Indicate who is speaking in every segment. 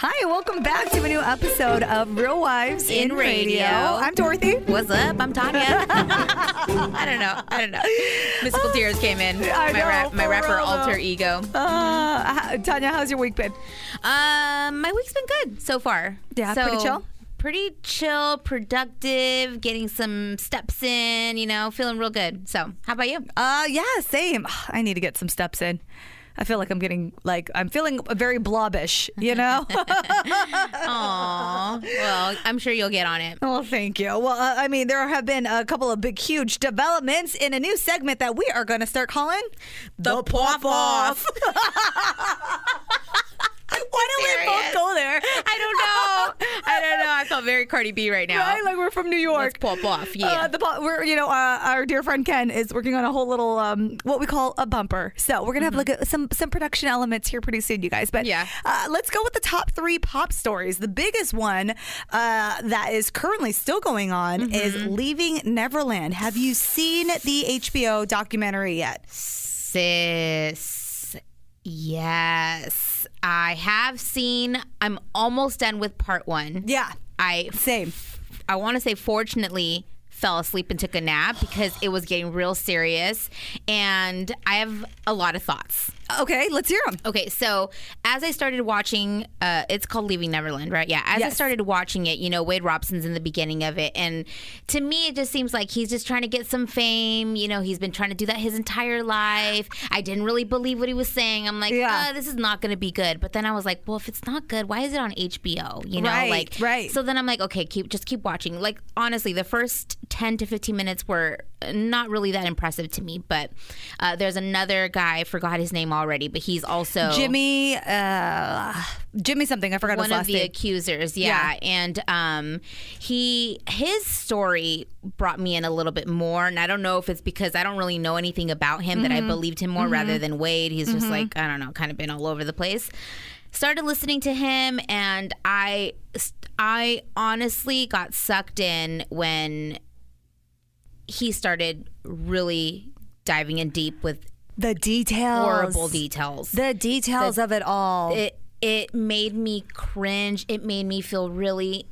Speaker 1: Hi, welcome back to a new episode of Real Wives in,
Speaker 2: In Radio.
Speaker 1: Radio. I'm Dorothy.
Speaker 2: What's up? I'm Tanya. I don't know. I don't know. Mystical Tears came in.
Speaker 1: I
Speaker 2: my
Speaker 1: know,
Speaker 2: rap, my
Speaker 1: for
Speaker 2: rapper
Speaker 1: real, though.
Speaker 2: alter ego.
Speaker 1: Uh, h- Tanya, how's your week been?
Speaker 2: Um, my week's been good so far.
Speaker 1: Yeah,
Speaker 2: So,
Speaker 1: pretty chill?
Speaker 2: Pretty chill, productive, getting some steps in. You know, feeling real good. So, how about you?
Speaker 1: Uh, yeah, same. I need to get some steps in. I feel like I'm getting like I'm feeling very blobbish, you know.
Speaker 2: Aw, well, I'm sure you'll get on it.
Speaker 1: well, thank you. Well, uh, I mean, there have been a couple of big, huge developments in a new segment that we are going to start calling the, Pop Off. Why do we both
Speaker 2: Serious?
Speaker 1: go there?
Speaker 2: I don't know. I don't know. I feel very Cardi B right now.
Speaker 1: Right? Like we're from New York.
Speaker 2: Let's pop off. Yeah.
Speaker 1: Uh, the po- we're you know uh, our dear friend Ken is working on a whole little um, what we call a bumper. So we're gonna have like a, some some production elements here pretty soon, you guys. But
Speaker 2: Mm-hmm. Yeah.
Speaker 1: uh, let's go with the top three pop stories. The biggest one uh, that is currently still going on is
Speaker 2: Mm-hmm.
Speaker 1: Leaving Neverland. Have you seen the HBO documentary yet?
Speaker 2: Sis. Yes. I have seen. I'm almost done with part one.
Speaker 1: Yeah,
Speaker 2: I
Speaker 1: same.
Speaker 2: I want to say fortunately fell asleep and took a nap because it was getting real serious and I have a lot of thoughts.
Speaker 1: Okay, let's hear them.
Speaker 2: Okay, so as I started watching, uh, it's called Leaving Neverland, right? Yeah. As I
Speaker 1: Yes.
Speaker 2: started watching it, you know, Wade Robson's in the beginning of it, and to me, it just seems like he's just trying to get some fame. You know, he's been trying to do that his entire life. I didn't really believe what he was saying. I'm like,
Speaker 1: Yeah.
Speaker 2: uh, this is not going to be good. But then I was like, well, if it's not good, why is it on HBO? You know,
Speaker 1: Right,
Speaker 2: like,
Speaker 1: right.
Speaker 2: So then I'm like, okay, keep just keep watching. Like honestly, the first ten to fifteen minutes were not really that impressive to me. But uh, there's another guy, I forgot his name already, but he's also
Speaker 1: Jimmy, uh, Jimmy something. I forgot his
Speaker 2: one
Speaker 1: last
Speaker 2: of the
Speaker 1: name.
Speaker 2: accusers. Yeah,
Speaker 1: Yeah.
Speaker 2: and um, he his story brought me in a little bit more, and I don't know if it's because I don't really know anything about him that I believed him more rather than Wade. He's just like I don't know, kind of been all over the place. Started listening to him, and I I honestly got sucked in when he started really diving in deep with
Speaker 1: the details.
Speaker 2: horrible details
Speaker 1: The details of it all.
Speaker 2: it it made me cringe. It made me feel really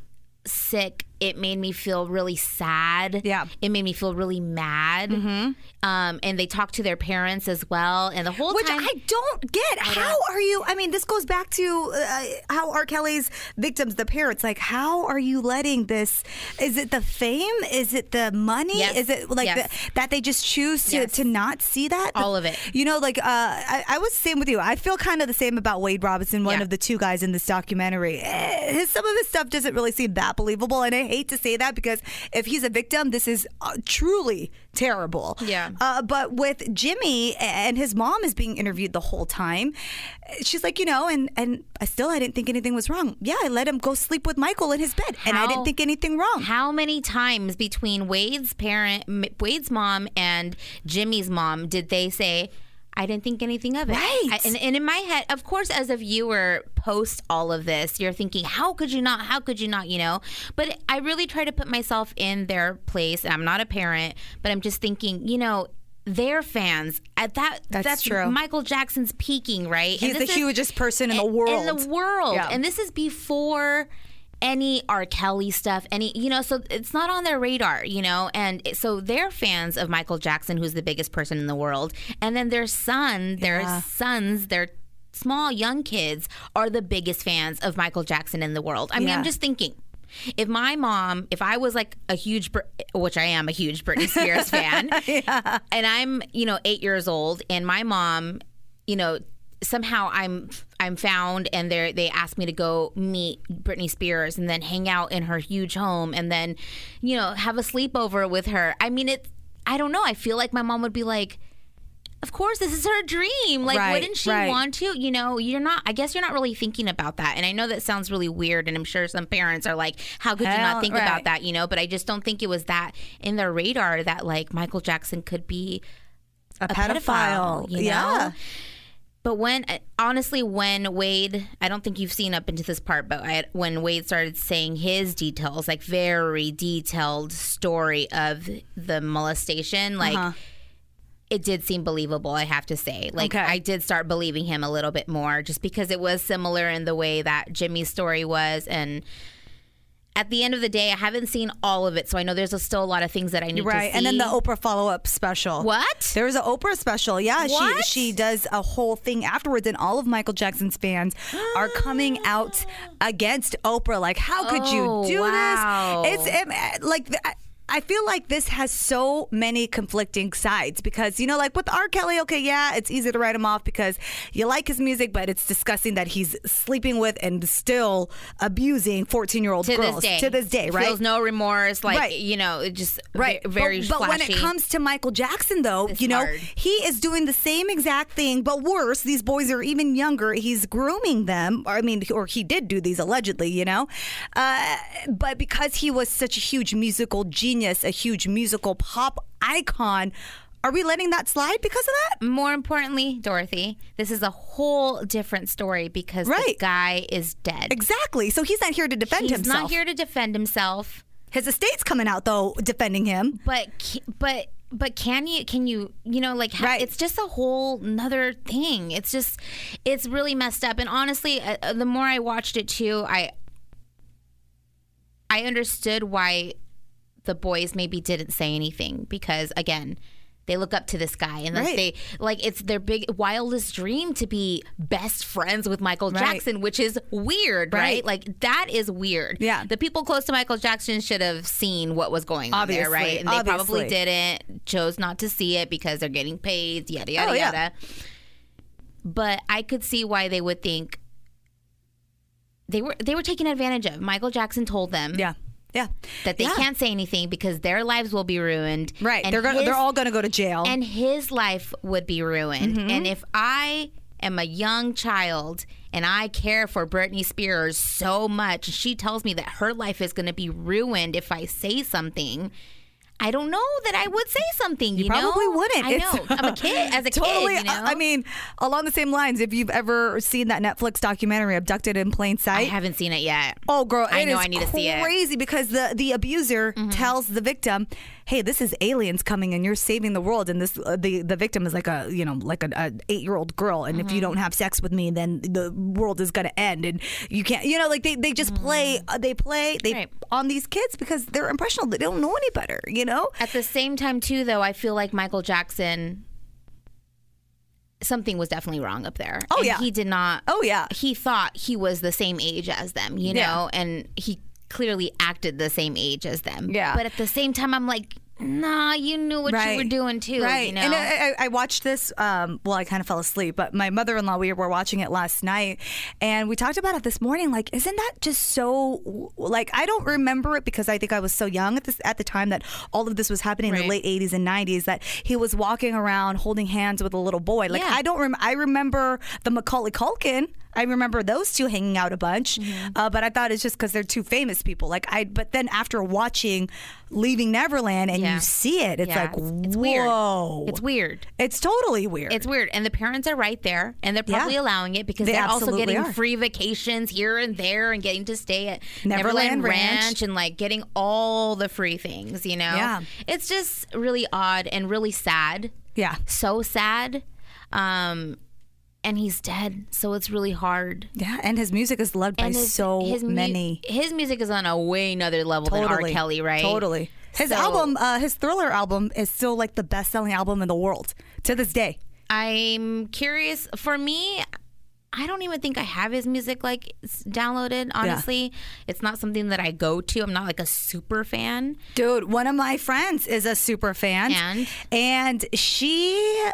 Speaker 2: sick. It made me feel really sad.
Speaker 1: Yeah.
Speaker 2: It made me feel really mad. Mm-hmm. Um, and they talked to their parents as well. And the whole
Speaker 1: Which
Speaker 2: time,
Speaker 1: I don't get. how are you? I mean, this goes back to uh, how R. Kelly's victims, the parents, like, how are you letting this? Is it the fame? Is it the money?
Speaker 2: Yes.
Speaker 1: Is it like
Speaker 2: Yes.
Speaker 1: the, that they just choose to,
Speaker 2: Yes.
Speaker 1: to not see that?
Speaker 2: All of it.
Speaker 1: You know, like, uh, I, I was the same with you. I feel kind of the same about Wade Robinson, one
Speaker 2: Yeah.
Speaker 1: of the two guys in this documentary. Eh, His, some of his stuff doesn't really seem that believable. And I hate to say that because if he's a victim, this is uh, truly terrible.
Speaker 2: Yeah.
Speaker 1: Uh, but with Jimmy and his mom is being interviewed the whole time. She's like, you know, and and I still I didn't think anything was wrong. Yeah, I let him go sleep with Michael in his bed, and I
Speaker 2: How-
Speaker 1: didn't think anything wrong.
Speaker 2: how many times between Wade's parent, M- Wade's mom, and Jimmy's mom did they say? I didn't think anything of it.
Speaker 1: Right.
Speaker 2: I- and, and in my head, of course, as a viewer post all of this, you're thinking, how could you not? How could you not? You know? But I really try to put myself in their place. And I'm not a parent, but I'm just thinking, you know, their fans at that
Speaker 1: That's true.
Speaker 2: Michael Jackson's peaking, right?
Speaker 1: He's
Speaker 2: And
Speaker 1: the
Speaker 2: this is-
Speaker 1: hugest person in the
Speaker 2: in
Speaker 1: world.
Speaker 2: the world.
Speaker 1: Yeah.
Speaker 2: And this is before any R. Kelly stuff, any, you know, so it's not on their radar, you know? And it- so they're fans of Michael Jackson, who's the biggest person in the world. And then their son, their sons, their small young kids are the biggest fans of Michael Jackson in the world. I mean,
Speaker 1: Yeah.
Speaker 2: I'm just thinking. If my mom, if I was like a huge, Br- which I am a huge Britney Spears fan, and I'm, you know, eight years old, and my mom, you know, somehow I'm I'm found, and they they asked me to go meet Britney Spears, and then hang out in her huge home, and then, you know, have a sleepover with her. I mean, it. I don't know. I feel like my mom would be like, of course, this is her dream. Like,
Speaker 1: Right,
Speaker 2: wouldn't she
Speaker 1: right.
Speaker 2: want to? You know, you're not, I guess you're not really thinking about that. And I know that sounds really weird. And I'm sure some parents are like, how could you
Speaker 1: Hell,
Speaker 2: not think
Speaker 1: right.
Speaker 2: about that? You know, but I just don't think it was that in their radar that like Michael Jackson could be
Speaker 1: a,
Speaker 2: a
Speaker 1: pedophile.
Speaker 2: pedophile, you know?
Speaker 1: Yeah.
Speaker 2: But when, uh, honestly, when Wade, I don't think you've seen up into this part, but I, when Wade started saying his details, like very detailed story of the molestation, like
Speaker 1: Uh-huh.
Speaker 2: it did seem believable, I have to say. Like
Speaker 1: Okay.
Speaker 2: I did start believing him a little bit more just because it was similar in the way that Jimmy's story was. And at the end of the day, I haven't seen all of it. So I know there's still a lot of things that I need
Speaker 1: Right.
Speaker 2: to see.
Speaker 1: And then the Oprah follow up special.
Speaker 2: What?
Speaker 1: There was an Oprah special. Yeah,
Speaker 2: What?
Speaker 1: she she does a whole thing afterwards, and all of Michael Jackson's fans are coming out against Oprah. Like, how could
Speaker 2: Oh,
Speaker 1: you do
Speaker 2: wow.
Speaker 1: this? It's um, uh, like. th- I- I feel like this has so many conflicting sides because, you know, like with R. Kelly, okay, yeah, it's easy to write him off because you like his music, but it's disgusting that he's sleeping with and still abusing 14 year old
Speaker 2: to
Speaker 1: girls
Speaker 2: this day.
Speaker 1: to this day, right?
Speaker 2: Feels no remorse. Like
Speaker 1: Right.
Speaker 2: you know, it just ve-
Speaker 1: Right.
Speaker 2: Very
Speaker 1: but, but when it
Speaker 2: flashy.
Speaker 1: comes to Michael Jackson, though,
Speaker 2: It's
Speaker 1: you know,
Speaker 2: hard.
Speaker 1: he is doing the same exact thing, but worse. These boys are even younger. He's grooming them. Or, I mean, or he did do these allegedly, you know. Uh, but because he was such a huge musical genius, a huge musical pop icon, are we letting that slide because of that?
Speaker 2: more importantly, Dorothy, this is a whole different story because
Speaker 1: Right.
Speaker 2: the guy is dead.
Speaker 1: Exactly. So he's not here to defend
Speaker 2: He's
Speaker 1: himself.
Speaker 2: not here to defend himself.
Speaker 1: His estate's coming out though, defending him.
Speaker 2: But ca- but but can you can you you know like ha-
Speaker 1: Right.
Speaker 2: it's just a whole nother thing. It's just it's really messed up. And honestly, uh, uh, the more I watched it too, I I understood why the boys maybe didn't say anything because again they look up to this guy and like
Speaker 1: Right.
Speaker 2: they like it's their big wildest dream to be best friends with Michael
Speaker 1: Right.
Speaker 2: Jackson which is weird right.
Speaker 1: Right.
Speaker 2: like that is weird
Speaker 1: Yeah.
Speaker 2: the people close to Michael Jackson should have seen what was going on there
Speaker 1: Obviously,
Speaker 2: right and they
Speaker 1: obviously.
Speaker 2: probably didn't chose not to see it because they're getting paid yada yada
Speaker 1: Oh, yeah.
Speaker 2: yada but I could see why they would think they were they were taken advantage of Michael Jackson told them
Speaker 1: Yeah. Yeah.
Speaker 2: Mm. that they
Speaker 1: Yeah.
Speaker 2: can't say anything because their lives will be ruined.
Speaker 1: Right.
Speaker 2: And
Speaker 1: they're gonna,
Speaker 2: his-
Speaker 1: they're all going to go to jail.
Speaker 2: and his life would be ruined.
Speaker 1: Mm-hmm.
Speaker 2: And if I am a young child and I care for Britney Spears so much, she tells me that her life is going to be ruined if I say something. I don't know that I would say something. You,
Speaker 1: probably
Speaker 2: know?
Speaker 1: wouldn't.
Speaker 2: I
Speaker 1: It's-
Speaker 2: know. I'm a kid. As a
Speaker 1: totally.
Speaker 2: kid, you know?
Speaker 1: I I mean, along the same lines, if you've ever seen that Netflix documentary "Abducted in Plain
Speaker 2: I
Speaker 1: Sight,"
Speaker 2: haven't seen it yet.
Speaker 1: oh girl,
Speaker 2: I
Speaker 1: it
Speaker 2: know,
Speaker 1: is
Speaker 2: I need to see it. Mm-hmm.
Speaker 1: Crazy because the the abuser tells the victim, "Hey, this is aliens coming, and you're saving the world." And this uh, the the victim is like a you know like an a eight year old girl, and
Speaker 2: Mm-hmm.
Speaker 1: if you don't have sex with me, then the world is gonna end, and you can't. You know, like they they just play uh, they play they
Speaker 2: Mm. Right.
Speaker 1: on these kids because they're impressionable. They don't know any better. You know.
Speaker 2: At the same time, too, though, I feel like Michael Jackson, something was definitely wrong up there.
Speaker 1: Oh,
Speaker 2: And
Speaker 1: yeah.
Speaker 2: he did not.
Speaker 1: Oh, yeah.
Speaker 2: he thought he was the same age as them, you
Speaker 1: Yeah.
Speaker 2: know, and he clearly acted the same age as them.
Speaker 1: Yeah.
Speaker 2: but at the same time, I'm like, nah, you knew what you were doing too,
Speaker 1: Right.
Speaker 2: You know?
Speaker 1: And I, I, I watched this. Um, well, I kind of fell asleep, but my mother in law, we were watching it last night, and we talked about it this morning. Like, isn't that just so? Like, I don't remember it because I think I was so young at this at the time that all of this was happening in the late
Speaker 2: Right.
Speaker 1: '80s and '90s. That he was walking around holding hands with a little boy. Like,
Speaker 2: Yeah.
Speaker 1: I don't. Rem- I remember the Macaulay Culkin. I remember those two hanging out a bunch,
Speaker 2: Mm-hmm.
Speaker 1: uh, but I thought it's just because they're two famous people. Like I, but then after watching Leaving Neverland and
Speaker 2: Yeah.
Speaker 1: you see it, it's
Speaker 2: Yeah,
Speaker 1: like whoa,
Speaker 2: it's weird. It's weird.
Speaker 1: It's totally weird.
Speaker 2: It's weird. And the parents are right there and they're probably
Speaker 1: Yeah.
Speaker 2: allowing it because
Speaker 1: They
Speaker 2: they are also
Speaker 1: absolutely
Speaker 2: getting
Speaker 1: are.
Speaker 2: free vacations here and there and getting to stay at
Speaker 1: Neverland
Speaker 2: Neverland,
Speaker 1: Ranch.
Speaker 2: Ranch. and like getting all the free things, you know?
Speaker 1: Yeah.
Speaker 2: It's just really odd and really sad.
Speaker 1: yeah.
Speaker 2: So sad. Um, and he's dead. So it's really hard.
Speaker 1: Yeah, and his music is loved by
Speaker 2: And his-
Speaker 1: so
Speaker 2: his mu-
Speaker 1: many.
Speaker 2: His music is on a way another level than R. Kelly, right?
Speaker 1: Totally. His
Speaker 2: So-
Speaker 1: album, uh, his Thriller album, is still like the best-selling album in the world to this day.
Speaker 2: I'm curious. For me, I don't even think I have his music like s- downloaded. Honestly, it's not something that I go to. I'm not like a super fan.
Speaker 1: Dude, one of my friends is a super fan,
Speaker 2: And?
Speaker 1: and she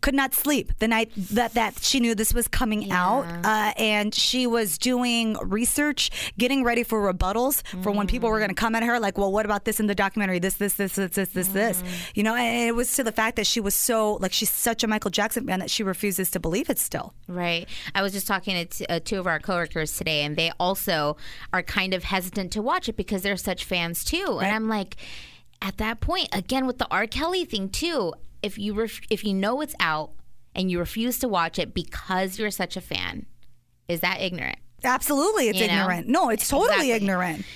Speaker 1: could not sleep the night that, that she knew this was coming out. Uh, and she was doing research, getting ready for rebuttals for when people were going
Speaker 2: Mm.
Speaker 1: to come at her, like, well, what about this in the documentary? This, this, this, this, this, this, this.
Speaker 2: Mm.
Speaker 1: You know, and it was to the fact that she was so, like, she's such a Michael Jackson fan that she refuses to believe it still.
Speaker 2: Right. I was just talking to t- uh, two of our coworkers today, and they also are kind of hesitant to watch it because they're such fans too.
Speaker 1: Right.
Speaker 2: And I'm like, at that point, again with the R. Kelly thing too. If you ref- if you know it's out and you refuse to watch it because you're such a fan, is that ignorant?
Speaker 1: Absolutely, it's
Speaker 2: You know?
Speaker 1: ignorant. No, it's totally
Speaker 2: Exactly.
Speaker 1: ignorant.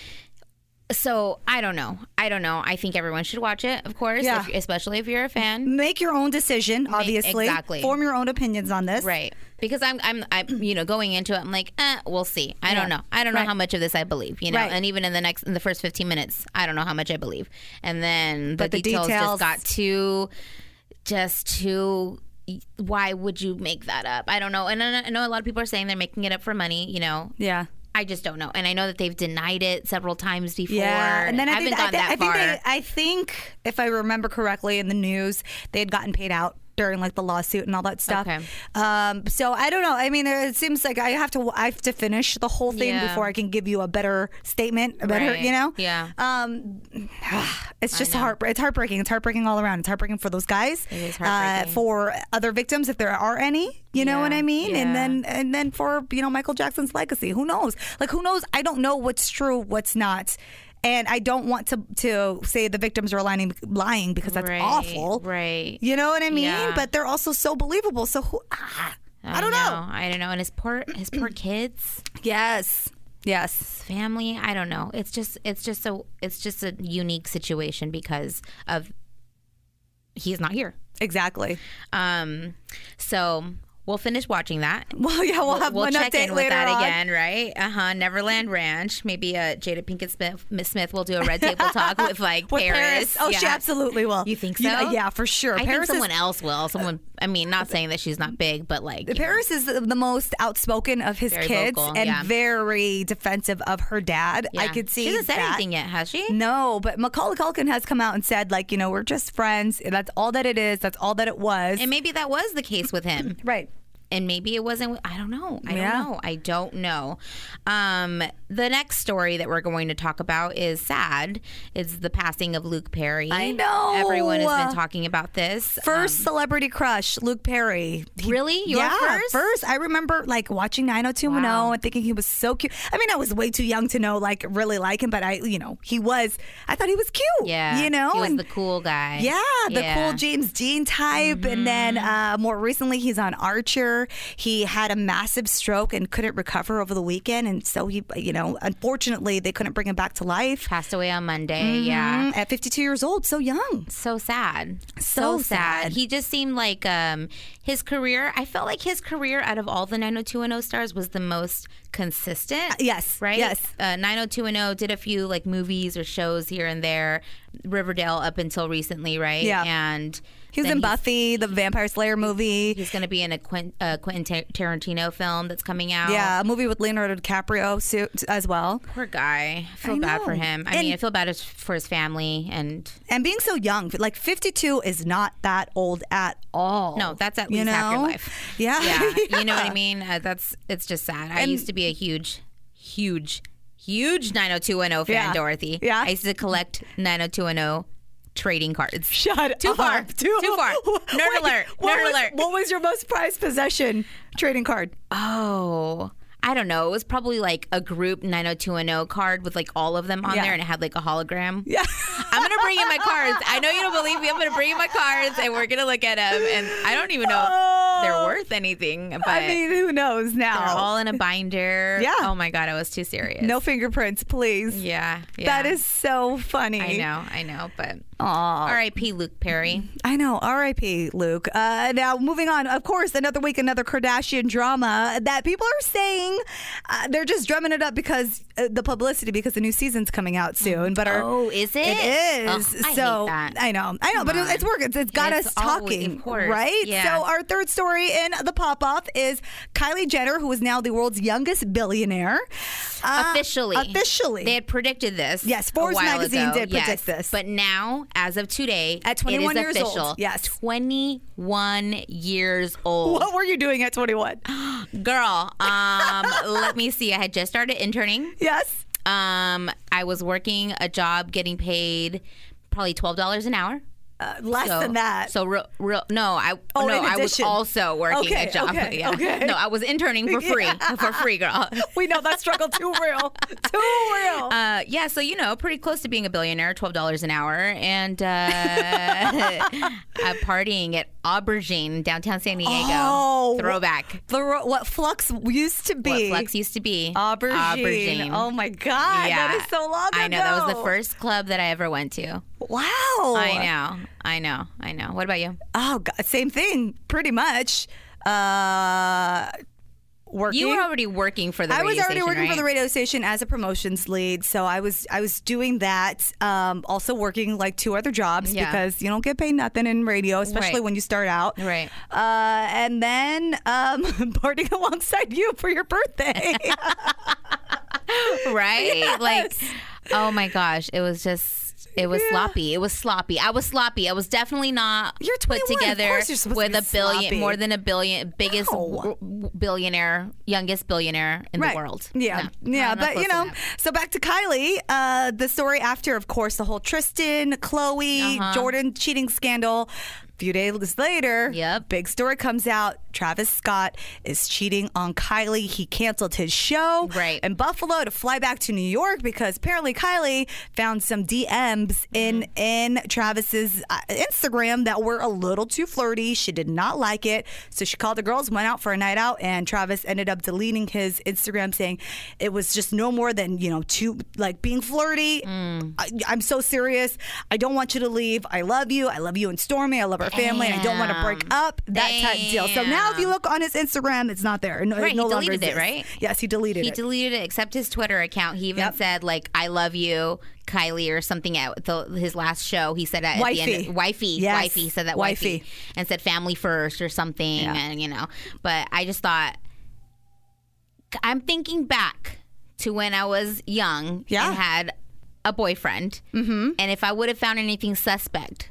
Speaker 2: So I don't know. I don't know. I think everyone should watch it, of course,
Speaker 1: Yeah.
Speaker 2: if- especially if you're a fan.
Speaker 1: Make your own decision, obviously.
Speaker 2: exactly.
Speaker 1: Form your own opinions on this.
Speaker 2: Right. Because I'm, I'm, I, you know, going into it, I'm like, eh, we'll see. I don't know. I don't know how much of this I believe, you know.
Speaker 1: Right.
Speaker 2: And even in the next, in the first 15 minutes, I don't know how much I believe. And then the,
Speaker 1: But the
Speaker 2: details,
Speaker 1: details-
Speaker 2: just got too, just too. Why would you make that up? I don't know. And I I know a lot of people are saying they're making it up for money, you know.
Speaker 1: Yeah.
Speaker 2: I just don't know. And I know that they've denied it several times before.
Speaker 1: Yeah, and then I,
Speaker 2: haven't
Speaker 1: think,
Speaker 2: gone
Speaker 1: I, thi-
Speaker 2: that far.
Speaker 1: I think they, I think if I remember correctly in the news, they had gotten paid out during like the lawsuit and all that stuff.
Speaker 2: Okay.
Speaker 1: Um, so I don't know. I mean, it seems like I have to I have to finish the whole thing
Speaker 2: Yeah.
Speaker 1: before I can give you a better statement, a better,
Speaker 2: Right.
Speaker 1: you know.
Speaker 2: Yeah.
Speaker 1: Um, it's just heart. It's heartbreaking. It's heartbreaking all around. It's heartbreaking for those guys. It
Speaker 2: is heartbreaking.
Speaker 1: Uh, for other victims, if there are any, you know
Speaker 2: Yeah.
Speaker 1: what I mean. And
Speaker 2: Yeah.
Speaker 1: then and then for you know Michael Jackson's legacy. Who knows? Like who knows? I don't know what's true, what's not, and I don't want to to say the victims are lying lying because that's
Speaker 2: Right,
Speaker 1: awful.
Speaker 2: right.
Speaker 1: You know what I mean?
Speaker 2: Yeah.
Speaker 1: But they're also so believable. So who? Ah, I, don't know.
Speaker 2: I don't know. And his poor, his poor kids.
Speaker 1: Yes. Yes.
Speaker 2: family i don't know it's just it's just so it's just a unique situation because of he's not here
Speaker 1: Exactly.
Speaker 2: um so we'll finish watching that
Speaker 1: Well, yeah, we'll, have
Speaker 2: we'll
Speaker 1: an
Speaker 2: check
Speaker 1: update
Speaker 2: in with
Speaker 1: later
Speaker 2: that
Speaker 1: on.
Speaker 2: again right uh-huh neverland ranch maybe uh jada pinkett smith miss smith will do a red table talk with like
Speaker 1: With Paris. Oh, she
Speaker 2: Yeah.
Speaker 1: absolutely will.
Speaker 2: you think so
Speaker 1: know, yeah, for sure.
Speaker 2: i
Speaker 1: Paris
Speaker 2: think someone
Speaker 1: is,
Speaker 2: else will someone i mean not saying that she's not big but like you know.
Speaker 1: Paris is the the most outspoken of his
Speaker 2: Very
Speaker 1: kids
Speaker 2: vocal,
Speaker 1: and
Speaker 2: yeah.
Speaker 1: very defensive of her dad. I
Speaker 2: Yeah.
Speaker 1: could see
Speaker 2: she hasn't said
Speaker 1: that.
Speaker 2: anything yet has she
Speaker 1: No, but Macaulay Culkin has come out and said, like, you know, we're just friends. That's all that it is. That's all that it was.
Speaker 2: and maybe that was the case with him
Speaker 1: right.
Speaker 2: and maybe it wasn't i don't know i
Speaker 1: Yeah.
Speaker 2: don't know i don't know um, the next story that we're going to talk about is sad it's the passing of luke perry
Speaker 1: I know.
Speaker 2: everyone has been talking about this
Speaker 1: First celebrity crush, Luke Perry. He-
Speaker 2: Really? Your
Speaker 1: yeah,
Speaker 2: first?
Speaker 1: I remember like watching 90210
Speaker 2: Wow.
Speaker 1: and thinking he was so cute. I mean, I was way too young to know like really like him, but I, you know, he was. I thought he was cute.
Speaker 2: yeah
Speaker 1: you know,
Speaker 2: he was
Speaker 1: and
Speaker 2: the cool guy
Speaker 1: Yeah, the
Speaker 2: Yeah. Mm-hmm.
Speaker 1: cool James Dean type. And then uh, more recently, he's on Archer. He had a massive stroke and couldn't recover over the weekend. And so he, you know, unfortunately, they couldn't bring him back to life.
Speaker 2: passed away on monday yeah
Speaker 1: Mm, At 52 years old, so young.
Speaker 2: so sad
Speaker 1: So sad.
Speaker 2: he just seemed like um his career i felt like his career out of all the 90210 stars was the most consistent
Speaker 1: yes,
Speaker 2: right
Speaker 1: yes.
Speaker 2: uh, 90210 did a few like movies or shows here and there riverdale up until recently right
Speaker 1: Yeah.
Speaker 2: and
Speaker 1: He was
Speaker 2: then
Speaker 1: in Buffy, the Vampire Slayer movie.
Speaker 2: he's going to be in a Quint, uh, quentin Tar- tarantino film that's coming out
Speaker 1: Yeah, a movie with Leonardo DiCaprio su- as well.
Speaker 2: Poor guy. I feel
Speaker 1: I
Speaker 2: bad for
Speaker 1: know.
Speaker 2: him. I
Speaker 1: And-
Speaker 2: mean, I feel bad as- for his family. And
Speaker 1: And being so young, like 52 is not that old at all.
Speaker 2: no, that's at
Speaker 1: You
Speaker 2: least half your
Speaker 1: know?
Speaker 2: life.
Speaker 1: Yeah.
Speaker 2: yeah, you know what I mean. Uh, that's it's just sad. I used to be a huge, huge, huge 90210 fan,
Speaker 1: Yeah.
Speaker 2: Dorothy.
Speaker 1: Yeah.
Speaker 2: I used to collect 90210trading cards.
Speaker 1: Shut
Speaker 2: Too
Speaker 1: up.
Speaker 2: far. Too far.
Speaker 1: What-
Speaker 2: Nerd alert.
Speaker 1: What
Speaker 2: Nerd
Speaker 1: was,
Speaker 2: alert.
Speaker 1: What was your most prized possession trading card?
Speaker 2: Oh, I don't know. It was probably like a group 90210 card with like all of them on
Speaker 1: Yeah.
Speaker 2: there and it had like a hologram.
Speaker 1: Yeah.
Speaker 2: I'm going to bring you my cards. I know you don't believe me. I'm going to bring you my cards and we're going to look at them. And I don't even know if they're worth anything, but
Speaker 1: I mean, who knows now?
Speaker 2: they're all in a binder.
Speaker 1: Yeah.
Speaker 2: Oh my God, I was too serious.
Speaker 1: no fingerprints, please.
Speaker 2: Yeah. yeah.
Speaker 1: That is so funny.
Speaker 2: I know, I know, but
Speaker 1: Oh.
Speaker 2: R.I.P. Luke Perry.
Speaker 1: I know. R.I.P. Luke. Uh, now, moving on. Of course, another week, another Kardashian drama that people are saying uh, they're just drumming it up because uh, the publicity, because the new season's coming out soon. But our,
Speaker 2: Oh, is it?
Speaker 1: It is.
Speaker 2: Ugh, I hate
Speaker 1: so
Speaker 2: that.
Speaker 1: I know. I know, but it,
Speaker 2: on.
Speaker 1: it's working. It's, it's got
Speaker 2: It's
Speaker 1: us
Speaker 2: always-
Speaker 1: talking,
Speaker 2: of course.
Speaker 1: right?
Speaker 2: Yeah.
Speaker 1: So our third story in the pop-up is Kylie Jenner, who is now the world's youngest billionaire.
Speaker 2: officially.
Speaker 1: Uh, officially.
Speaker 2: They had predicted this.
Speaker 1: Yes,
Speaker 2: a
Speaker 1: Forbes
Speaker 2: while
Speaker 1: magazine
Speaker 2: ago.
Speaker 1: did predict
Speaker 2: Yes.
Speaker 1: this.
Speaker 2: But now, as of today,
Speaker 1: At 21
Speaker 2: it is
Speaker 1: years old.
Speaker 2: official.
Speaker 1: Yes.
Speaker 2: 21 years old.
Speaker 1: What were you doing at 21?
Speaker 2: Girl, um, let me see. I had just started interning.
Speaker 1: Yes.
Speaker 2: Um, I was working a job getting paid probably $12 an hour.
Speaker 1: Uh, less
Speaker 2: So-
Speaker 1: than that.
Speaker 2: So real, real. No, I
Speaker 1: Oh,
Speaker 2: no,
Speaker 1: in
Speaker 2: I was
Speaker 1: addition.
Speaker 2: also working
Speaker 1: Okay,
Speaker 2: a job.
Speaker 1: okay,
Speaker 2: yeah.
Speaker 1: okay.
Speaker 2: No, I was interning for free, for free, girl.
Speaker 1: we know that struggle too real. Too real.
Speaker 2: Uh, yeah, so you know, pretty close to being a billionaire, twelve dollars an hour, and uh, uh, partying at Aubergine downtown San Diego.
Speaker 1: Oh.
Speaker 2: Throwback.
Speaker 1: the, ro- what Flux used to
Speaker 2: What
Speaker 1: be.
Speaker 2: Flux used to be.
Speaker 1: Aubergine. Oh my God. That is so long ago.
Speaker 2: I know that was the first club that I ever went to.
Speaker 1: Wow.
Speaker 2: I know, I know, I know. What about you?
Speaker 1: Oh, God. same thing, pretty much. Uh, working.
Speaker 2: You were already working for the.
Speaker 1: I was
Speaker 2: radio
Speaker 1: already
Speaker 2: station,
Speaker 1: working for
Speaker 2: right?
Speaker 1: the radio station as a promotions lead, so I was I was doing that. Um, also working like two other jobs
Speaker 2: Yeah.
Speaker 1: because you don't get paid nothing in radio, especially
Speaker 2: Right.
Speaker 1: when you start out.
Speaker 2: Right.
Speaker 1: Uh, and then um, partying alongside you for your birthday.
Speaker 2: right? Like, oh my gosh, it was just. It was sloppy. It was sloppy. I was sloppy. I was definitely not
Speaker 1: You're
Speaker 2: put
Speaker 1: 21. Of
Speaker 2: together
Speaker 1: course you're supposed to
Speaker 2: with
Speaker 1: be
Speaker 2: a billion,
Speaker 1: sloppy.
Speaker 2: more than a billion, biggest
Speaker 1: No.
Speaker 2: w- w- billionaire, youngest billionaire in the world.
Speaker 1: Yeah,
Speaker 2: No.
Speaker 1: yeah,
Speaker 2: I'm not
Speaker 1: but you
Speaker 2: close to
Speaker 1: know,
Speaker 2: that.
Speaker 1: so back to Kylie, uh, the story after, of course, the whole Tristan, Chloe,
Speaker 2: Uh-huh.
Speaker 1: Jordan cheating scandal. A few days later,
Speaker 2: Yep.
Speaker 1: big story comes out. Travis Scott is cheating on Kylie. He canceled his show
Speaker 2: Right.
Speaker 1: in Buffalo to fly back to New York because apparently Kylie found some DMs in
Speaker 2: Mm-hmm.
Speaker 1: in Travis's uh, Instagram that were a little too flirty. She did not like it, so she called the girls, went out for a night out, and Travis ended up deleting his Instagram, saying it was just no more than you know too like being flirty.
Speaker 2: Mm.
Speaker 1: I, I'm so serious. I don't want you to leave. I love you. I love you and Stormy. I love our family. and I don't want to break up. That type deal. So now if you look on his Instagram, it's not there. No,
Speaker 2: Right,
Speaker 1: it no
Speaker 2: he
Speaker 1: longer
Speaker 2: deleted it,
Speaker 1: exists.
Speaker 2: right?
Speaker 1: Yes, he deleted
Speaker 2: He
Speaker 1: it.
Speaker 2: deleted it except his Twitter account. He even
Speaker 1: Yep.
Speaker 2: said like "I love you, Kylie" or something at the, his last show. He said at, at the end,
Speaker 1: Wifey.
Speaker 2: "Wifey,"
Speaker 1: Yes.
Speaker 2: "Wifey" he said that "Wifey,",
Speaker 1: Wifey.
Speaker 2: and said "Family first or something, and you know. But I just thought, I'm thinking back to when I was young
Speaker 1: Yeah.
Speaker 2: and had a boyfriend, mm-hmm. and if I would have found anything suspect.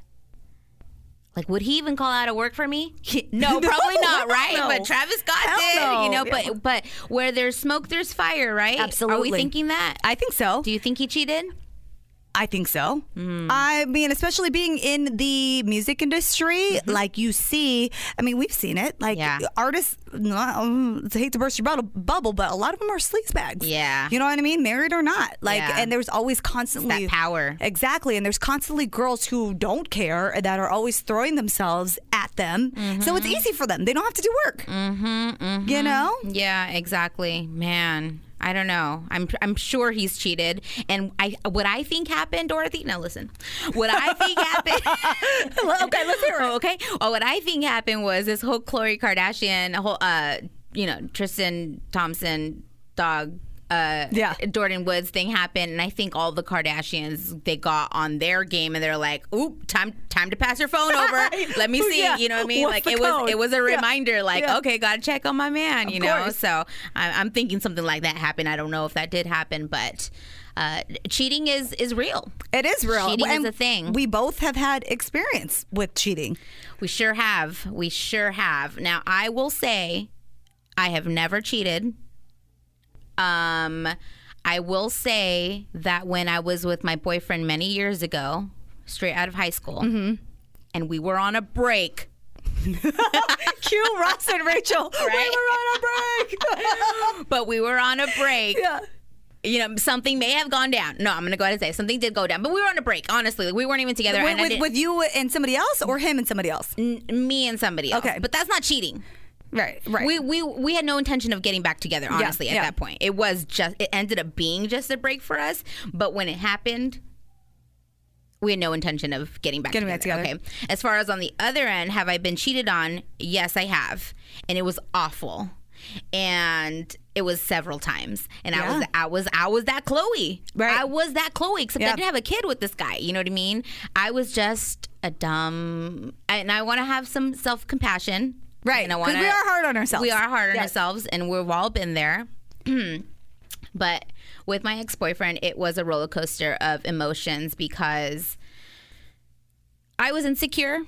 Speaker 2: Like, would he even call out of work for me? No,
Speaker 1: No,
Speaker 2: probably
Speaker 1: hell
Speaker 2: not, right?
Speaker 1: no.
Speaker 2: But Travis Scott
Speaker 1: Hell
Speaker 2: did, you
Speaker 1: no.
Speaker 2: know. But
Speaker 1: Yeah.
Speaker 2: but where there's smoke, there's fire, right? Are we
Speaker 1: Absolutely.
Speaker 2: thinking that?
Speaker 1: I think so.
Speaker 2: Do you Mm-hmm. think he cheated?
Speaker 1: I think so. I mean, especially being in the music industry, like you see, I mean, we've seen it. Like
Speaker 2: Mm-hmm. Yeah.
Speaker 1: artists, not, um, I hate to burst your bubble, bubble, but a lot of them are sleazebags.
Speaker 2: Yeah.
Speaker 1: you know what I mean, married or not. Like,
Speaker 2: Yeah.
Speaker 1: and there's always constantly
Speaker 2: that power.
Speaker 1: Exactly, and there's constantly girls who don't care and that are always throwing themselves at them. So
Speaker 2: Mm-hmm.
Speaker 1: it's easy for them; they don't have to do work. Mm-hmm, You know,
Speaker 2: Yeah, exactly. Man, I don't know. I'm I'm sure he's cheated. And I what I think happened, Dorothy. Now listen, what I think happened. okay, let's hear it. Okay. Well, what I think happened was this whole Khloe Kardashian, whole uh, you know, Tristan Thompson dog. Uh,
Speaker 1: Yeah.
Speaker 2: Jordan Woods thing happened, and I think all the Kardashians they got on their game, and they're like, "Oop, time time to pass your phone over. Let me see."
Speaker 1: Yeah.
Speaker 2: You know what I mean?
Speaker 1: What's
Speaker 2: like
Speaker 1: the
Speaker 2: it
Speaker 1: code?
Speaker 2: was it was a
Speaker 1: Yeah.
Speaker 2: reminder, like,
Speaker 1: Yeah.
Speaker 2: "Okay, gotta check on my man," you know.
Speaker 1: course.
Speaker 2: So I'm, I'm thinking something like that happened. I don't know if that did happen, but uh, cheating is is real.
Speaker 1: it is real.
Speaker 2: Cheating is
Speaker 1: and
Speaker 2: a thing.
Speaker 1: We both have had experience with cheating.
Speaker 2: We sure have. We sure have. Now I will say, I have never cheated. Um, I will say that when I was with my boyfriend many years ago, straight out of high school,
Speaker 1: Mm-hmm.
Speaker 2: and we were on a break.
Speaker 1: Cue Ross and Rachel. We were on a break.
Speaker 2: But we were on a break.
Speaker 1: yeah.
Speaker 2: you know, something may have gone down. No, I'm gonna go ahead and say something did go down, but we were on a break. Honestly, like, we weren't even together. and I
Speaker 1: With,
Speaker 2: didn't-
Speaker 1: with you and somebody else, or him and somebody else.
Speaker 2: n- me and somebody else.
Speaker 1: Okay.
Speaker 2: but that's not cheating.
Speaker 1: Right. Right.
Speaker 2: We we we had no intention of getting back together. Honestly, at
Speaker 1: yeah.
Speaker 2: that point, it was just it ended up being just a break for us. But when it happened. We had no intention of getting back
Speaker 1: Getting back
Speaker 2: together.
Speaker 1: together.
Speaker 2: Okay. As far as on the other end, have I been cheated on? Yes, I have. And it was awful. And it was several times. And I was
Speaker 1: Yeah.
Speaker 2: I was I was that Chloe.
Speaker 1: Right.
Speaker 2: I was that Chloe, except I
Speaker 1: Yeah.
Speaker 2: didn't have a kid with this guy. You know what I mean? I was just a dumb and I wanna have some self compassion.
Speaker 1: right.
Speaker 2: And I
Speaker 1: Because
Speaker 2: wanna
Speaker 1: we are hard on ourselves.
Speaker 2: we are hard on
Speaker 1: Yes.
Speaker 2: ourselves, and we've all been there. But with my ex boyfriend, it was a roller coaster of emotions because I was insecure.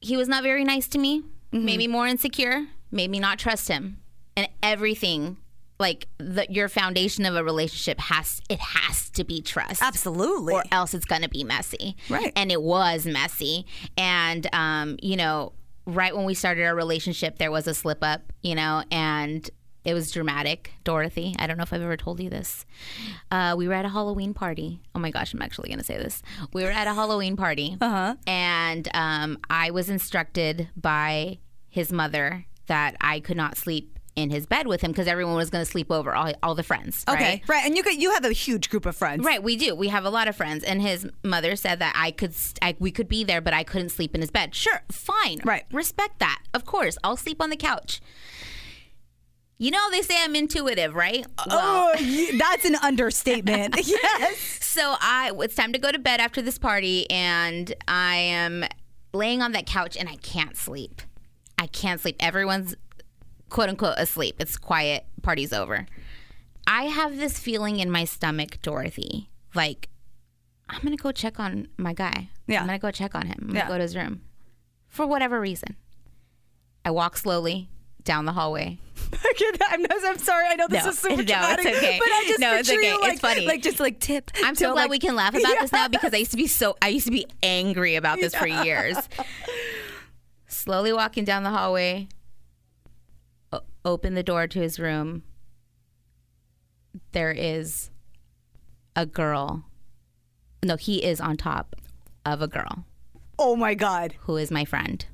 Speaker 2: He was not very nice to me,
Speaker 1: Mm-hmm.
Speaker 2: made me more insecure, made me not trust him. And everything, like the, your foundation of a relationship, has it has to be trust
Speaker 1: Absolutely.
Speaker 2: or else it's gonna be messy.
Speaker 1: Right.
Speaker 2: And it was messy. And um, you know, right when we started our relationship, there was a slip up, you know, and it was dramatic. Dorothy, I don't know if I've ever told you this. Uh, we were at a Halloween party. Oh my gosh, I'm actually gonna say this. We were at a Halloween party, uh-huh. and um, I was instructed by his mother that I could not sleep in his bed with him because everyone was gonna sleep over, all, all the friends.
Speaker 1: okay.
Speaker 2: right?
Speaker 1: Right. And you could, you have a huge group of friends.
Speaker 2: Right, we do. We have a lot of friends, and his mother said that I could, st- I, we could be there, but I couldn't sleep in his bed. Sure, fine,
Speaker 1: Right.
Speaker 2: respect that. Of course, I'll sleep on the couch. You know, they say I'm intuitive, right?
Speaker 1: Oh, ye- that's an understatement. yes.
Speaker 2: So I it's time to go to bed after this party and I am laying on that couch and I can't sleep. I can't sleep. Everyone's quote unquote asleep. It's quiet, party's over. I have this feeling in my stomach, Dorothy, like I'm going to go check on my guy.
Speaker 1: Yeah.
Speaker 2: I'm going to go check on him. I'm going to
Speaker 1: Yeah.
Speaker 2: go to his room. For whatever reason. I walk slowly down the hallway.
Speaker 1: I'm, not- I'm sorry. I know this
Speaker 2: No.
Speaker 1: is super
Speaker 2: No, it's
Speaker 1: dramatic,
Speaker 2: okay.
Speaker 1: but I just
Speaker 2: No, it's
Speaker 1: picture
Speaker 2: okay.
Speaker 1: you
Speaker 2: It's
Speaker 1: like,
Speaker 2: funny.
Speaker 1: like just like tip.
Speaker 2: I'm so
Speaker 1: toe,
Speaker 2: glad
Speaker 1: like-
Speaker 2: we can laugh about this now
Speaker 1: Yeah.
Speaker 2: because I used to be so I used to be angry about this for years. Slowly walking down the hallway, o- open the door to his room. There is a girl. No, he is on top of a girl
Speaker 1: Oh my god.
Speaker 2: who is my friend.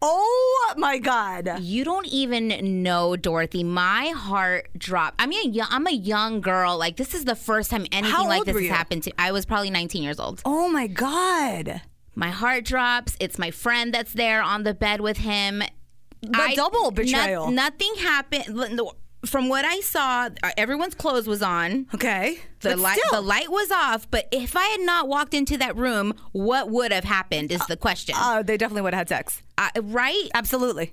Speaker 1: Oh my god.
Speaker 2: You don't even know Dorothy. My heart dropped. I mean, yo- I'm a young girl. Like this is the first time anything
Speaker 1: How
Speaker 2: like
Speaker 1: old
Speaker 2: this
Speaker 1: were
Speaker 2: has
Speaker 1: you?
Speaker 2: happened to. I was probably 19 years old.
Speaker 1: Oh my god.
Speaker 2: My heart drops. It's my friend that's there on the bed with him.
Speaker 1: The double betrayal.
Speaker 2: nothing happened. L- no, From what I saw, uh, everyone's clothes was on.
Speaker 1: Okay.
Speaker 2: The
Speaker 1: But
Speaker 2: light,
Speaker 1: still.
Speaker 2: the light was off. But if I had not walked into that room, what would have happened? Is the question.
Speaker 1: Oh, they definitely would have had sex.
Speaker 2: I, right?
Speaker 1: Absolutely.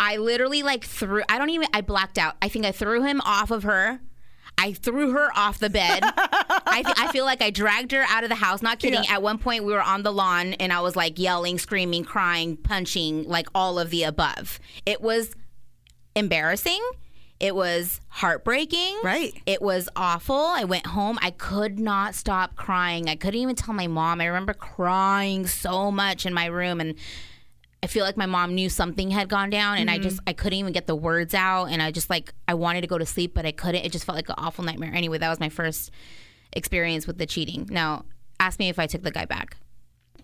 Speaker 2: I literally like threw. I don't even. I blacked out. I think I threw him off of her. I threw her off the bed. I, th- I feel like I dragged her out of the house. Not kidding. At one point, we were on the lawn, and I was like yelling, screaming, crying, punching, like all of the above. It was embarrassing. It was heartbreaking.
Speaker 1: Right.
Speaker 2: It was awful. I went home. I could not stop crying. I couldn't even tell my mom. I remember crying so much in my room and I feel like my mom knew something had gone down and I just I couldn't even get the words out and I just like I wanted to go to sleep but I couldn't. It just felt like an awful nightmare. Anyway, that was my first experience with the cheating. Now, ask me if I took the guy back.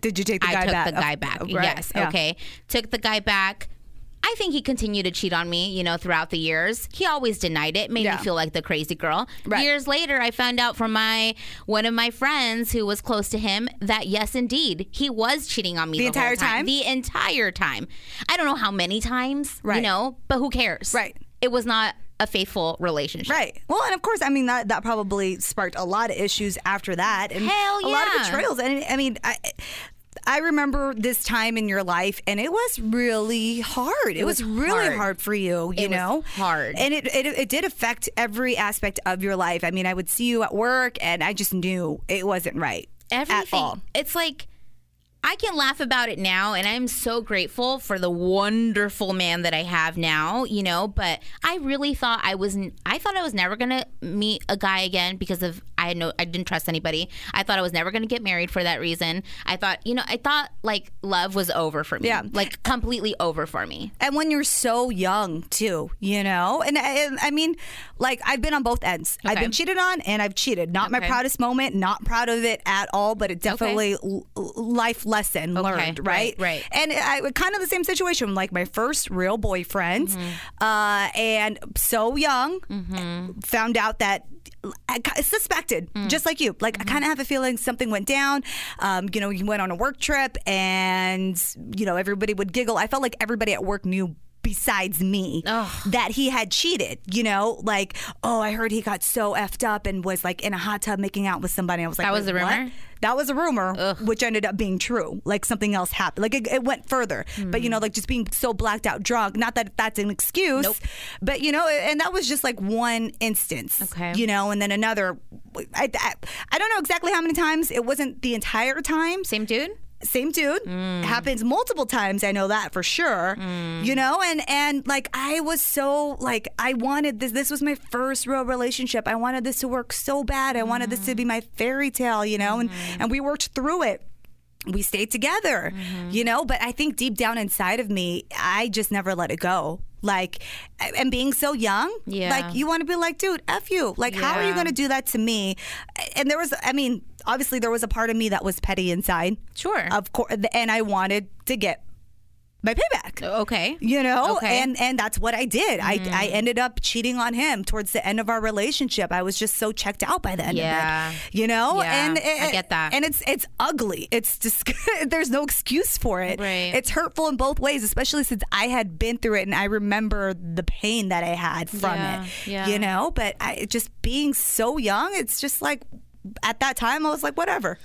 Speaker 1: Did you take the
Speaker 2: I
Speaker 1: guy
Speaker 2: took
Speaker 1: back?
Speaker 2: the guy back.
Speaker 1: Right.
Speaker 2: Yes.
Speaker 1: Yeah.
Speaker 2: Okay. Took the guy back. I think he continued to cheat on me, you know, throughout the years. He always denied it, made
Speaker 1: Yeah.
Speaker 2: me feel like the crazy girl.
Speaker 1: Right.
Speaker 2: Years later, I found out from my one of my friends who was close to him that yes, indeed, he was cheating on me the, whole
Speaker 1: entire time?
Speaker 2: The entire time. I don't know how many times,
Speaker 1: Right.
Speaker 2: you know, but who cares?
Speaker 1: Right.
Speaker 2: It was not a faithful relationship.
Speaker 1: Right. Well, and of course, I mean that that probably sparked a lot of issues after that, and
Speaker 2: Hell
Speaker 1: a lot of
Speaker 2: yeah.
Speaker 1: betrayals. And I mean, I. I remember this time in your life, and it was really hard. It, was,
Speaker 2: was
Speaker 1: really hard.
Speaker 2: hard.
Speaker 1: for you, you
Speaker 2: It was
Speaker 1: know,
Speaker 2: hard.
Speaker 1: and it, it it did affect every aspect of your life. I mean, I would see you at work, and I just knew it wasn't right
Speaker 2: everything.
Speaker 1: at all.
Speaker 2: It's like I can laugh about it now, and I'm so grateful for the wonderful man that I have now. You know, but I really thought I was n- I thought I was never gonna meet a guy again because of I had no I didn't trust anybody. I thought I was never gonna get married for that reason. I thought you know I thought like love was over for me.
Speaker 1: Yeah.
Speaker 2: like completely over for me.
Speaker 1: and when you're so young too you know and i, and I mean like i've been on both ends i've
Speaker 2: Okay.
Speaker 1: been cheated on and i've cheated not my
Speaker 2: Okay.
Speaker 1: proudest moment not proud of it at all but it definitely l- l- life lesson learned right
Speaker 2: right, right.
Speaker 1: and i kind of the same situation like my first real boyfriend
Speaker 2: Mm-hmm.
Speaker 1: uh, and so young found out that I ki- suspected,
Speaker 2: Mm.
Speaker 1: just like you.
Speaker 2: Mm-hmm.
Speaker 1: Like I kind of have a feeling something went down. Um, you know, you went on a work trip, and you know everybody would giggle. I felt like everybody at work knew besides me that he had cheated. You know, like oh, I heard he got so effed up and was like in a hot tub making out with somebody. I was like,
Speaker 2: That was
Speaker 1: "Wait,
Speaker 2: the
Speaker 1: what?"
Speaker 2: rumor?
Speaker 1: That was a rumor, which ended up being true. Like something else happened. Like it, it went further. But you know, like just being so blacked out drunk. Not that that's an excuse,
Speaker 2: Nope.
Speaker 1: but you know, and that was just like one instance.
Speaker 2: Okay.
Speaker 1: You know, and then another. I, I, I don't know exactly how many times. It wasn't the entire time
Speaker 2: Same dude?
Speaker 1: same dude
Speaker 2: Mm.
Speaker 1: happens multiple times i know that for sure you know and and like i was so like i wanted this this was my first real relationship i wanted this to work so bad i wanted this
Speaker 2: Mm.
Speaker 1: to be my fairy tale you know and and we worked through it we stayed together
Speaker 2: Mm-hmm.
Speaker 1: you know but i think deep down inside of me i just never let it go like a- and being so young
Speaker 2: Yeah.
Speaker 1: like you want to be like dude f you like how are you
Speaker 2: Yeah.
Speaker 1: going to do that to me and there was i mean obviously there was a part of me that was petty inside
Speaker 2: Sure.
Speaker 1: of course and i wanted to get my payback
Speaker 2: okay.
Speaker 1: you know
Speaker 2: Okay. Mm.
Speaker 1: and and that's what i did i i ended up cheating on him towards the end of our relationship i was just so checked out by the end
Speaker 2: Yeah.
Speaker 1: of it you know
Speaker 2: Yeah,
Speaker 1: and
Speaker 2: I get that.
Speaker 1: and it's it's ugly it's just there's no excuse for it
Speaker 2: Right.
Speaker 1: it's hurtful in both ways especially since i had been through it and i remember the pain that i had from
Speaker 2: Yeah,
Speaker 1: it
Speaker 2: yeah.
Speaker 1: you know but i just being so young it's just like at that time i was like whatever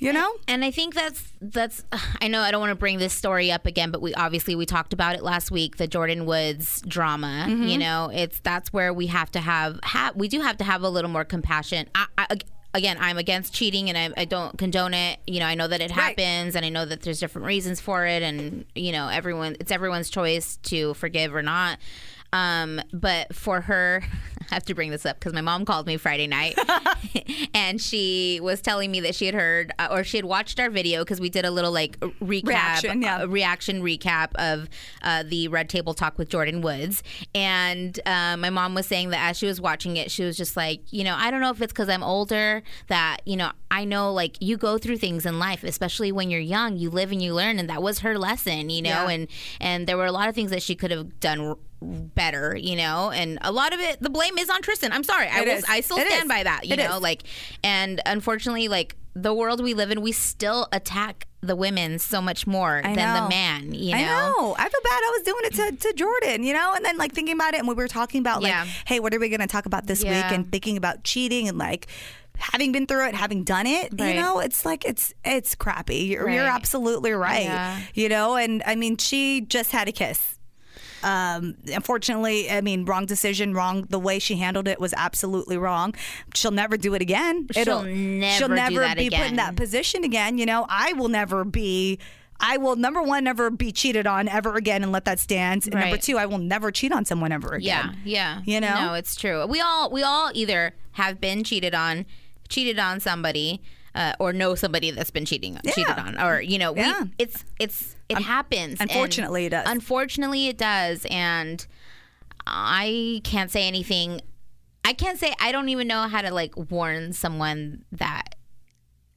Speaker 1: you know
Speaker 2: and I think that's that's I know I don't want to bring this story up again, but we obviously we talked about it last week, the Jordan Woods drama. You know, it's that's where we have to have ha- we do have to have a little more compassion. I, I, ag- again, I'm against cheating, and I, I don't condone it. You know, I know that it
Speaker 1: Right.
Speaker 2: happens, and I know that there's different reasons for it, and you know, everyone it's everyone's choice to forgive or not. Um, but for her, I have to bring this up because my mom called me Friday night and she was telling me that she had heard uh, or she had watched our video because we did a little like recap,
Speaker 1: Reaction, yeah.
Speaker 2: uh, reaction recap of uh, the Red Table Talk with Jordan Woods. And uh, my mom was saying that as she was watching it, she was just like, you know, I don't know if it's because I'm older that, you know, I know like you go through things in life, especially when you're young, you live and you learn. And that was her lesson, you know,
Speaker 1: Yeah.
Speaker 2: and, and there were a lot of things that she could have done r- better, you know, and a lot of it, the blame is on Tristan. I'm sorry. I,
Speaker 1: It
Speaker 2: will,
Speaker 1: is.
Speaker 2: I still
Speaker 1: It
Speaker 2: stand
Speaker 1: is.
Speaker 2: by that, you
Speaker 1: It
Speaker 2: know,
Speaker 1: is.
Speaker 2: like, and unfortunately, like, the world we live in, we still attack the women so much more than
Speaker 1: know.
Speaker 2: the man, you know?
Speaker 1: I know. I feel bad. I was doing it to, to Jordan, you know, and then like thinking about it, and we were talking about like,
Speaker 2: Yeah.
Speaker 1: hey, what are we going to talk about this
Speaker 2: Yeah.
Speaker 1: week, and thinking about cheating and like having been through it, having done it,
Speaker 2: Right.
Speaker 1: you know, it's like it's it's crappy. You're, you're
Speaker 2: Right.
Speaker 1: absolutely right,
Speaker 2: Yeah.
Speaker 1: you know, and I mean, she just had a kiss. Um, unfortunately, I mean, wrong decision, wrong. The way she handled it was absolutely wrong. She'll never do it again.
Speaker 2: She'll
Speaker 1: she'll
Speaker 2: never do
Speaker 1: never
Speaker 2: that
Speaker 1: be put in
Speaker 2: again.
Speaker 1: that position again. You know, I will never be. I will number one never be cheated on ever again and let that stand. And number
Speaker 2: Right.
Speaker 1: two, I will never cheat on someone ever
Speaker 2: Yeah,
Speaker 1: again.
Speaker 2: yeah.
Speaker 1: You know?
Speaker 2: no, it's true. We all we all either have been cheated on, cheated on somebody, uh, or know somebody that's been cheating cheated on, or you know, we,
Speaker 1: Yeah.
Speaker 2: it's it's it happens. and
Speaker 1: unfortunately, it does.
Speaker 2: Unfortunately, it does, and I can't say anything. I can't say I don't even know how to like warn someone that.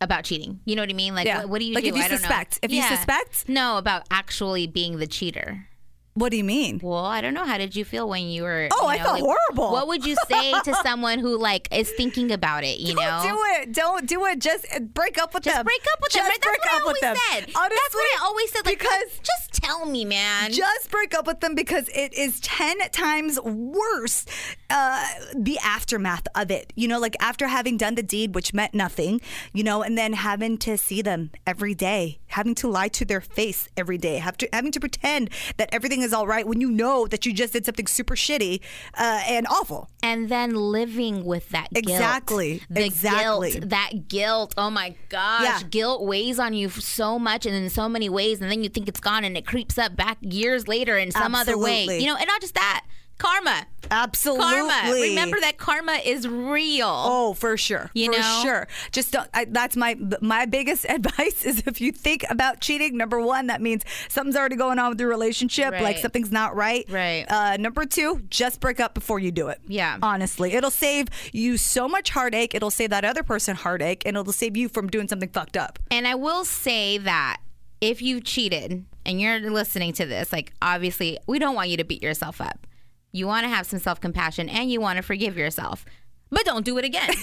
Speaker 2: About cheating, you know what I mean? Like,
Speaker 1: Yeah.
Speaker 2: what, what do you
Speaker 1: Like,
Speaker 2: do?
Speaker 1: if you
Speaker 2: I don't know.
Speaker 1: suspect- if you suspect?
Speaker 2: no, about actually being the cheater.
Speaker 1: What do you mean?
Speaker 2: Well, I don't know. How did you feel when you were?
Speaker 1: Oh,
Speaker 2: you
Speaker 1: I
Speaker 2: know,
Speaker 1: felt
Speaker 2: like,
Speaker 1: horrible.
Speaker 2: What would you say to someone who like is thinking about it? You know,
Speaker 1: Don't do it. Don't do it. Just uh, break up with
Speaker 2: just
Speaker 1: them.
Speaker 2: break up with
Speaker 1: Just
Speaker 2: them. Right? That's
Speaker 1: break
Speaker 2: what I
Speaker 1: up
Speaker 2: always
Speaker 1: with them.
Speaker 2: said.
Speaker 1: Honestly,
Speaker 2: that's what I always said. Like,
Speaker 1: because-
Speaker 2: just, just tell me, man.
Speaker 1: just break up with them because it is 10 times worse uh, the aftermath of it you know like after having done the deed which meant nothing you know and then having to see them every day having to lie to their face every day have to, having to pretend that everything is all right when you know that you just did something super shitty uh, and awful
Speaker 2: and then living with that guilt.
Speaker 1: Exactly.
Speaker 2: The
Speaker 1: Exactly.
Speaker 2: guilt, that guilt. Oh my gosh,
Speaker 1: Yeah.
Speaker 2: guilt weighs on you so much and in so many ways, and then you think it's gone, and it creeps up back years later in some other way.
Speaker 1: Absolutely.
Speaker 2: You know, and not just that, karma.
Speaker 1: absolutely
Speaker 2: Karma. Remember that karma is real.
Speaker 1: Oh, for sure.
Speaker 2: You
Speaker 1: for
Speaker 2: know?
Speaker 1: sure. Just don't. I, that's my my biggest advice is if you think about cheating, number one, that means something's already going on with your relationship. Like
Speaker 2: Right.
Speaker 1: something's not right.
Speaker 2: Right.
Speaker 1: Uh, number two, just break up before you do it.
Speaker 2: Yeah.
Speaker 1: Honestly, it'll save you so much heartache. It'll save that other person heartache, and it'll save you from doing something fucked up.
Speaker 2: And I will say that if you've cheated and you're listening to this, like obviously we don't want you to beat yourself up. You want to have some self compassion and you want to forgive yourself. but don't do it again.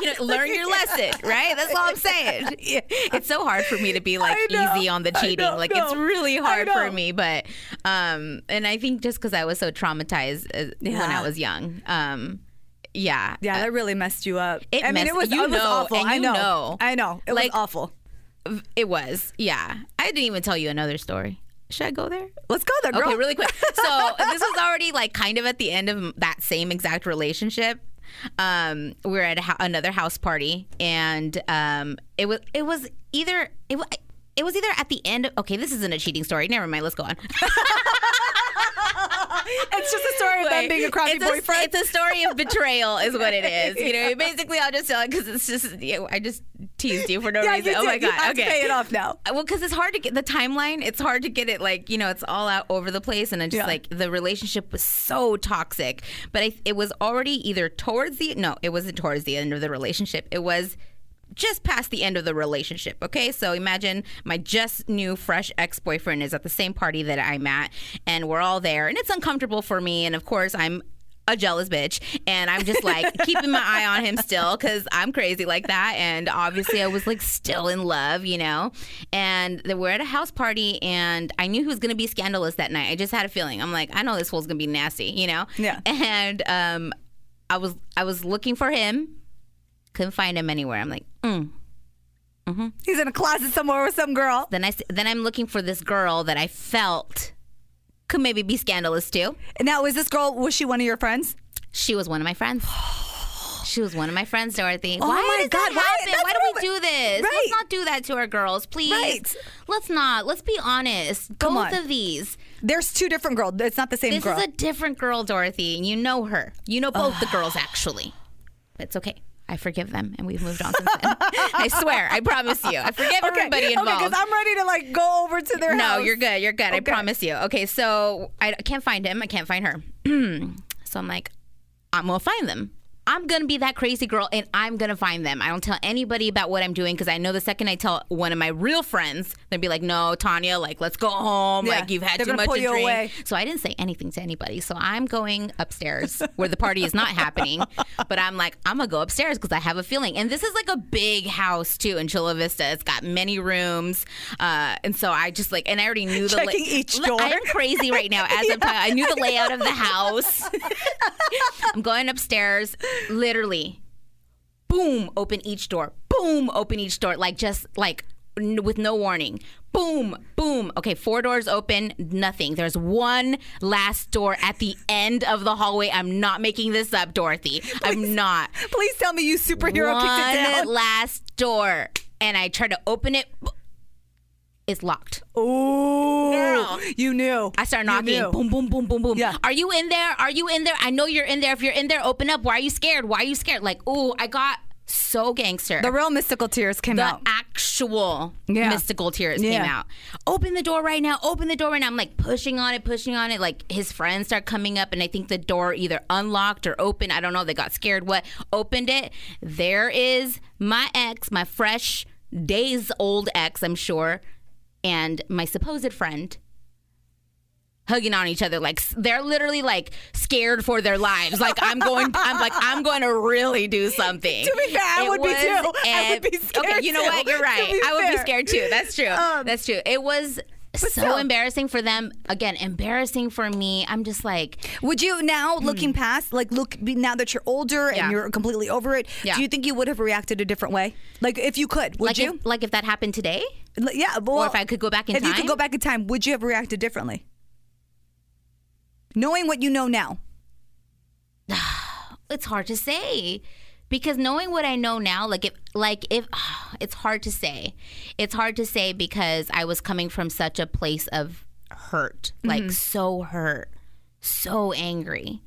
Speaker 2: You know, learn your lesson, right? That's all I'm saying. It's so hard for me to be like
Speaker 1: I know.
Speaker 2: easy on the
Speaker 1: I
Speaker 2: cheating.
Speaker 1: know,
Speaker 2: like
Speaker 1: no.
Speaker 2: it's really hard
Speaker 1: I know.
Speaker 2: for me, but um and I think just cuz I was so traumatized uh, when
Speaker 1: Yeah.
Speaker 2: I was young. Um yeah.
Speaker 1: Yeah, that really messed you up.
Speaker 2: uh, It
Speaker 1: I mean,
Speaker 2: messed-
Speaker 1: it was,
Speaker 2: you
Speaker 1: it was
Speaker 2: know,
Speaker 1: awful.
Speaker 2: and
Speaker 1: I
Speaker 2: you
Speaker 1: know.
Speaker 2: know.
Speaker 1: I know. It
Speaker 2: Like-
Speaker 1: was awful.
Speaker 2: It was. Yeah. I didn't even tell you another story. Should I go there?
Speaker 1: Let's go there, girl.
Speaker 2: Okay, really quick. So this was already like kind of at the end of that same exact relationship. Um, we were at a ho- another house party, and um, it was it was either it was. It was either at the end. Of, okay, this isn't a cheating story. Never mind. Let's go on.
Speaker 1: It's just a story about being a crappy
Speaker 2: it's
Speaker 1: boyfriend.
Speaker 2: A, it's a story of betrayal, is what it is. You know, basically, I'll just tell it because it's just. yeah, I just teased you for no
Speaker 1: yeah, you
Speaker 2: reason. oh my
Speaker 1: did. You
Speaker 2: god.
Speaker 1: have
Speaker 2: okay.
Speaker 1: to pay it off now.
Speaker 2: well because it's hard to get the timeline it's hard to get it like you know it's all out over the place and i just
Speaker 1: Yeah.
Speaker 2: like the relationship was so toxic but I, it was already either towards the no it wasn't towards the end of the relationship it was just past the end of the relationship okay so imagine my just new fresh ex-boyfriend is at the same party that i'm at and we're all there and it's uncomfortable for me and of course i'm a jealous bitch and i'm just like keeping my eye on him still because i'm crazy like that and obviously i was like still in love you know and then we're at a house party and i knew he was going to be scandalous that night i just had a feeling i'm like i know this fool's going to be nasty you know
Speaker 1: Yeah.
Speaker 2: and um i was i was looking for him couldn't find him anywhere i'm like mm.
Speaker 1: He's in a closet somewhere with some girl.
Speaker 2: then i s- then i'm looking for this girl that i felt could maybe be scandalous too
Speaker 1: Now, is this girl, was she one of your friends?
Speaker 2: She was one of my friends. She was one of my friends, Dorothy.
Speaker 1: Oh
Speaker 2: Why
Speaker 1: my
Speaker 2: does
Speaker 1: God,
Speaker 2: that
Speaker 1: why-
Speaker 2: happen?
Speaker 1: that's
Speaker 2: Why
Speaker 1: what
Speaker 2: do we
Speaker 1: I'm-
Speaker 2: do this?
Speaker 1: Right.
Speaker 2: Let's not do that to our girls, please.
Speaker 1: Right.
Speaker 2: Let's not. Let's be honest.
Speaker 1: Come
Speaker 2: Both
Speaker 1: on.
Speaker 2: of these.
Speaker 1: There's two different girls. It's not the same
Speaker 2: This
Speaker 1: girl.
Speaker 2: is a different girl, Dorothy, and you know her. You know both the girls actually. But it's okay. I forgive them, and we've moved on since then. I swear. I promise you. I forgive everybody
Speaker 1: okay,
Speaker 2: involved.
Speaker 1: because I'm ready to like go over to their house.
Speaker 2: No, you're good. You're good. I
Speaker 1: Okay.
Speaker 2: promise you. Okay, so I can't find him. I can't find her. so I'm like, I'm gonna find them. I'm gonna be that crazy girl, and I'm gonna find them. I don't tell anybody about what I'm doing because I know the second I tell one of my real friends, they'd be like, "No, Tanya, like let's go home.
Speaker 1: Yeah,
Speaker 2: Like you've had
Speaker 1: they're
Speaker 2: too
Speaker 1: gonna
Speaker 2: much
Speaker 1: pull
Speaker 2: to
Speaker 1: you
Speaker 2: drink."
Speaker 1: away.
Speaker 2: So I didn't say anything to anybody. So I'm going upstairs where the party is not happening. But I'm like, I'm gonna go upstairs because I have a feeling. And this is like a big house too in Chula Vista. It's got many rooms, uh, and so I just like, and I already knew the
Speaker 1: Checking each
Speaker 2: Look, I am
Speaker 1: door.
Speaker 2: crazy right now as I'm talking. I knew the layout of the house. I'm going upstairs, literally. Boom, open each door. Boom, open each door. Like just like n- with no warning. Boom, boom. Okay, four doors open, nothing. There's one last door at the end of the hallway. I'm not making this up, Dorothy. I'm not
Speaker 1: Please tell me you superhero kicked it
Speaker 2: one
Speaker 1: down.
Speaker 2: last door and I try to open it. It's locked.
Speaker 1: Ooh,
Speaker 2: Girl.
Speaker 1: you knew.
Speaker 2: I start
Speaker 1: You
Speaker 2: knocking.
Speaker 1: knew.
Speaker 2: Boom, boom, boom, boom, boom.
Speaker 1: Yeah.
Speaker 2: Are you in there? Are you in there? I know you're in there. If you're in there, open up. Why are you scared? Why are you scared? Like, ooh, I got so gangster.
Speaker 1: The real mystical tears came
Speaker 2: The
Speaker 1: out.
Speaker 2: actual
Speaker 1: Yeah.
Speaker 2: mystical tears came
Speaker 1: Yeah.
Speaker 2: out. Open the door right now. Open the door right now. I'm like pushing on it, pushing on it. Like his friends start coming up, and I think the door either unlocked or opened. I don't know. They got scared. What opened it? There is my ex, my fresh days old ex, I'm sure, and my supposed friend hugging on each other like s- they're literally like scared for their lives like i'm going i'm like i'm going to really do something
Speaker 1: To be fair, I would be
Speaker 2: was
Speaker 1: too. I would
Speaker 2: ev-
Speaker 1: be scared
Speaker 2: okay you know
Speaker 1: too,
Speaker 2: what you're
Speaker 1: to
Speaker 2: right
Speaker 1: be
Speaker 2: i would be
Speaker 1: fair.
Speaker 2: scared too that's true
Speaker 1: Um,
Speaker 2: that's true it was so
Speaker 1: still.
Speaker 2: embarrassing for them again embarrassing for me i'm just like
Speaker 1: Would you now, looking past, like look now that you're older
Speaker 2: Hmm. Yeah.
Speaker 1: and you're completely over it,
Speaker 2: Yeah.
Speaker 1: do you think you would have reacted a different way? Like if you could, would
Speaker 2: like
Speaker 1: you?
Speaker 2: if, like if that happened today
Speaker 1: L- yeah. Well,
Speaker 2: if I could go back in
Speaker 1: if you could
Speaker 2: time?
Speaker 1: go back in time, would you have reacted differently? Knowing what you know now,
Speaker 2: it's hard to say because knowing what I know now, like if like if it's hard to say, it's hard to say because I was coming from such a place of hurt, like so hurt, so angry.